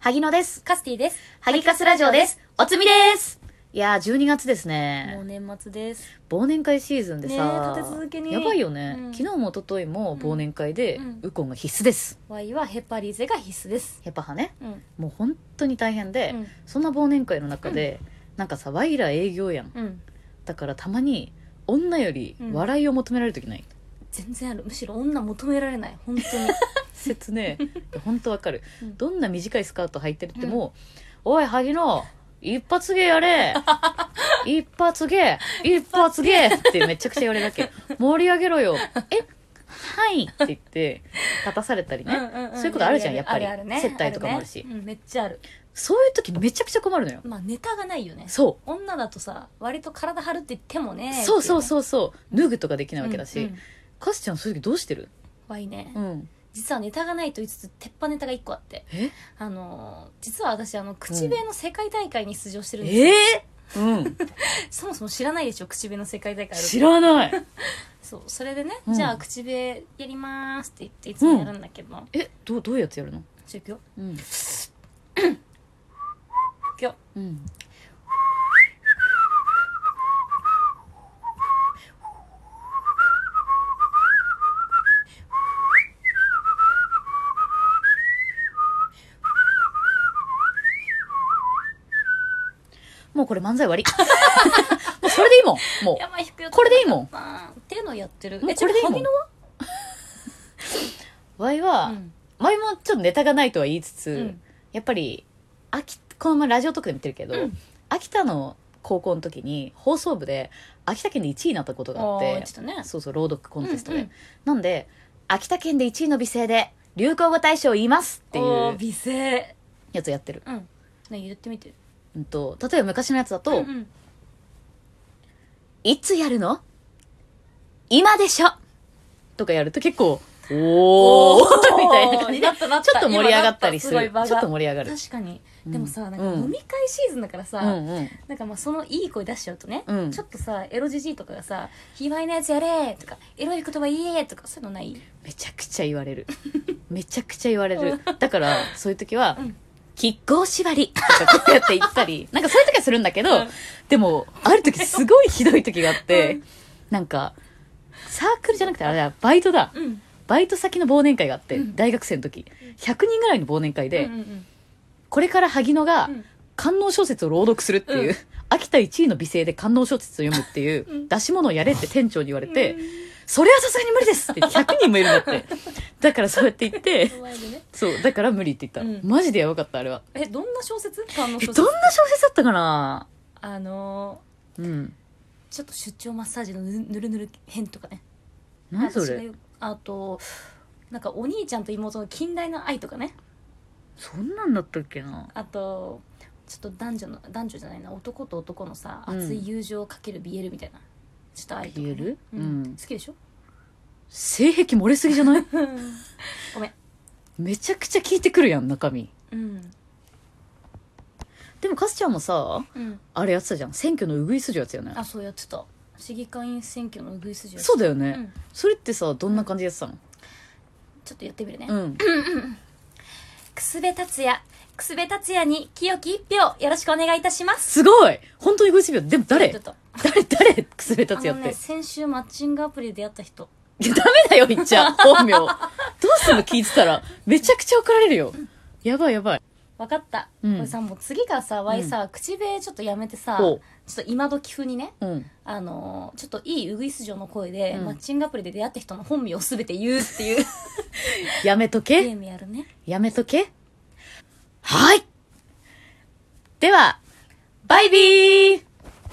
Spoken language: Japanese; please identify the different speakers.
Speaker 1: 萩野です。
Speaker 2: カスティです。
Speaker 1: 萩カスラジオです。おつみです。いやー、12月です
Speaker 2: もう
Speaker 1: ね。
Speaker 2: 年末です。
Speaker 1: 忘年会シーズンでさ、
Speaker 2: ねえ立て続けに
Speaker 1: やばいよね、
Speaker 2: うん
Speaker 1: 昨日も一昨日も忘年会で、
Speaker 2: うん
Speaker 1: ウコンが必須です。
Speaker 2: ワイはヘパリーゼが必須です。
Speaker 1: ヘパ派ね。
Speaker 2: うん。
Speaker 1: もう本当に大変で、
Speaker 2: うん。
Speaker 1: そんな忘年会の中で、なんかさ、ワイら営業やん。
Speaker 2: うん。
Speaker 1: だからたまに、女より
Speaker 2: うん
Speaker 1: 笑いを求められるときない。
Speaker 2: 全然ある。むしろ女求められない。本当に。
Speaker 1: 説 ね本当わかる
Speaker 2: うん
Speaker 1: どんな短いスカート履いてるっても、おい萩野一発芸 やれ一発芸一発芸ってめちゃくちゃ言われるわけ盛り上げろよえはいって言って立たされたりね、
Speaker 2: ん
Speaker 1: そういうことあるじゃんやっぱり
Speaker 2: あるあるね
Speaker 1: 接待とかもあるし
Speaker 2: ねうん、めっちゃある。
Speaker 1: そういう時めちゃくちゃ困るのよ
Speaker 2: まあネタがないよね。
Speaker 1: そ
Speaker 2: 女だとさ、割と体張るって言っても
Speaker 1: う、
Speaker 2: ね。
Speaker 1: そうそう
Speaker 2: う
Speaker 1: そうそう脱ぐとかできないわけだし、
Speaker 2: うんうん
Speaker 1: カスちゃんそういう時どうしてる
Speaker 2: ワイね
Speaker 1: う。ん
Speaker 2: 実はネタがないと言いつつ、鉄板ネタが一個あって。
Speaker 1: え
Speaker 2: あのー、実は私、あの、口笛の世界大会に出場してるんですよ。
Speaker 1: えー、 うん
Speaker 2: そもそも知らないでしょ、口笛の世界大会あるって
Speaker 1: 知らない
Speaker 2: そうそれでね、
Speaker 1: うん
Speaker 2: じゃあ口笛やりまーすって言っていつもやるんだけど、ちょ
Speaker 1: えどうどういうやつやるの
Speaker 2: いくよ
Speaker 1: うん
Speaker 2: いくよ
Speaker 1: うんもうこれ漫才終 わり。もうそれでいいもん。も
Speaker 2: やばい引くよ
Speaker 1: これでいいもん
Speaker 2: あーっていうのをやってる
Speaker 1: もう
Speaker 2: えちょっ
Speaker 1: これでい
Speaker 2: と
Speaker 1: いもん
Speaker 2: 萩野は
Speaker 1: う、ワイは、
Speaker 2: うん
Speaker 1: ワイもちょっとネタがないとは言いつつ、
Speaker 2: うん
Speaker 1: やっぱり、秋、この前ラジオトークでも言ってるけど、
Speaker 2: うん
Speaker 1: 秋田の高校の時に放送部で秋田県で1位になったことがあっ
Speaker 2: お
Speaker 1: て
Speaker 2: ー、ちょっとね
Speaker 1: そうそう朗読コンテストで、
Speaker 2: うんうん
Speaker 1: なんで秋田県で1位の美声で流行語大賞言いますってい
Speaker 2: おー
Speaker 1: う
Speaker 2: 美声
Speaker 1: やつをやってる、
Speaker 2: うんね言ってみて
Speaker 1: うん、と例えば昔のやつだと「
Speaker 2: うんうん
Speaker 1: いつやるの今でしょ!」とかやると結構「おお!」
Speaker 2: ー
Speaker 1: みたいな感じで
Speaker 2: なったなった
Speaker 1: ちょっと盛り上がったりす
Speaker 2: 今
Speaker 1: る
Speaker 2: なった
Speaker 1: ち
Speaker 2: すごい場が
Speaker 1: ょっと盛り上がる
Speaker 2: 確かに、
Speaker 1: うん
Speaker 2: でもさなんか
Speaker 1: うん
Speaker 2: 飲み会シーズンだからさ、
Speaker 1: うんうん
Speaker 2: なんかまあそのいい声出しちゃうとね、
Speaker 1: うん
Speaker 2: ちょっとさエロじじいとかがさ「卑猥なやつやれ!」とか「エロい言葉言え!」とかそういうのない
Speaker 1: めちゃくちゃ言わ れるめちゃくちゃ言われるだからそういう時は
Speaker 2: うん
Speaker 1: 「亀甲縛り」とかこうやって言っ たりなんかそういう時はするんだけど、
Speaker 2: うん
Speaker 1: でもある時すごいひどい時があって、
Speaker 2: う
Speaker 1: なんかサークルじゃなくてあれだバイトだ
Speaker 2: うん
Speaker 1: バイト先の忘年会があって、
Speaker 2: うん
Speaker 1: 大学生の時100人ぐらいの忘年会で、
Speaker 2: うんうんうん
Speaker 1: これから萩野が
Speaker 2: うん
Speaker 1: 観音小説を朗読するっていう、
Speaker 2: うん
Speaker 1: 秋田1位の美声で観音小説を読むっていう、
Speaker 2: うん
Speaker 1: 出し物をやれって店長に言われて、
Speaker 2: うん
Speaker 1: それはさすがに無理 ですって100人もいるんだって。だからそうやって言って、
Speaker 2: お前でね
Speaker 1: そう、だから無理って言った。
Speaker 2: うん
Speaker 1: マジでやばかった、あれは。
Speaker 2: えどんな小説観音
Speaker 1: え、
Speaker 2: 小
Speaker 1: ど
Speaker 2: 説
Speaker 1: んな小説だったかな
Speaker 2: あの
Speaker 1: うん。
Speaker 2: ーちょっと出張マッサージのぬぬるぬる編とかね
Speaker 1: 何そ
Speaker 2: 私が
Speaker 1: れ
Speaker 2: よあとなんかお兄ちゃんと妹の近代の愛とかね
Speaker 1: そんなんだったっけな
Speaker 2: あとちょっと男女の男女じゃないな男と男のさ
Speaker 1: うん
Speaker 2: 熱い友情をかける BL みたいなちょっと愛とか、ね、
Speaker 1: BL？
Speaker 2: うん
Speaker 1: うん
Speaker 2: 好きで しょ
Speaker 1: 性癖漏れすぎじゃない
Speaker 2: ごめん
Speaker 1: めちゃくちゃ聞いてくるやん、中身。
Speaker 2: うん
Speaker 1: でも、かすちゃんもさ、
Speaker 2: うん
Speaker 1: あれやってたじゃん。選挙のうぐいすじやつよね。
Speaker 2: あそうやってた市議会員選挙のうぐいすじを
Speaker 1: そうだよ
Speaker 2: う
Speaker 1: ね、
Speaker 2: ん、
Speaker 1: それってさ、どんな感じでやってたの
Speaker 2: ちょっとやってみるね、
Speaker 1: うん。
Speaker 2: 楠部達也楠部達也に清き一票よろしくお願いいたします
Speaker 1: すごい本当にうぐいすじやでも誰
Speaker 2: ちょっと
Speaker 1: 誰誰くすべたつ
Speaker 2: あ
Speaker 1: や
Speaker 2: の
Speaker 1: って。
Speaker 2: ね先週マッチングアプリで出会った人
Speaker 1: い や、ダメだよ、言っちゃ。本名。どうすんの聞いてたら、めちゃくちゃ怒られるよ。やばいやばい。
Speaker 2: 分かった、
Speaker 1: うん
Speaker 2: これさもう次からさワイさ、口笛ちょっとやめてさち
Speaker 1: ほ
Speaker 2: ょ
Speaker 1: う
Speaker 2: っと今時風にね
Speaker 1: うん。
Speaker 2: あのーちょっといいウグイス嬢の声で、
Speaker 1: うん
Speaker 2: マッチングアプリで出会った人の本名を全て言うっていう
Speaker 1: やめと
Speaker 2: ゲ
Speaker 1: け。
Speaker 2: ームやるね
Speaker 1: やめとけ。はい。では、バイビー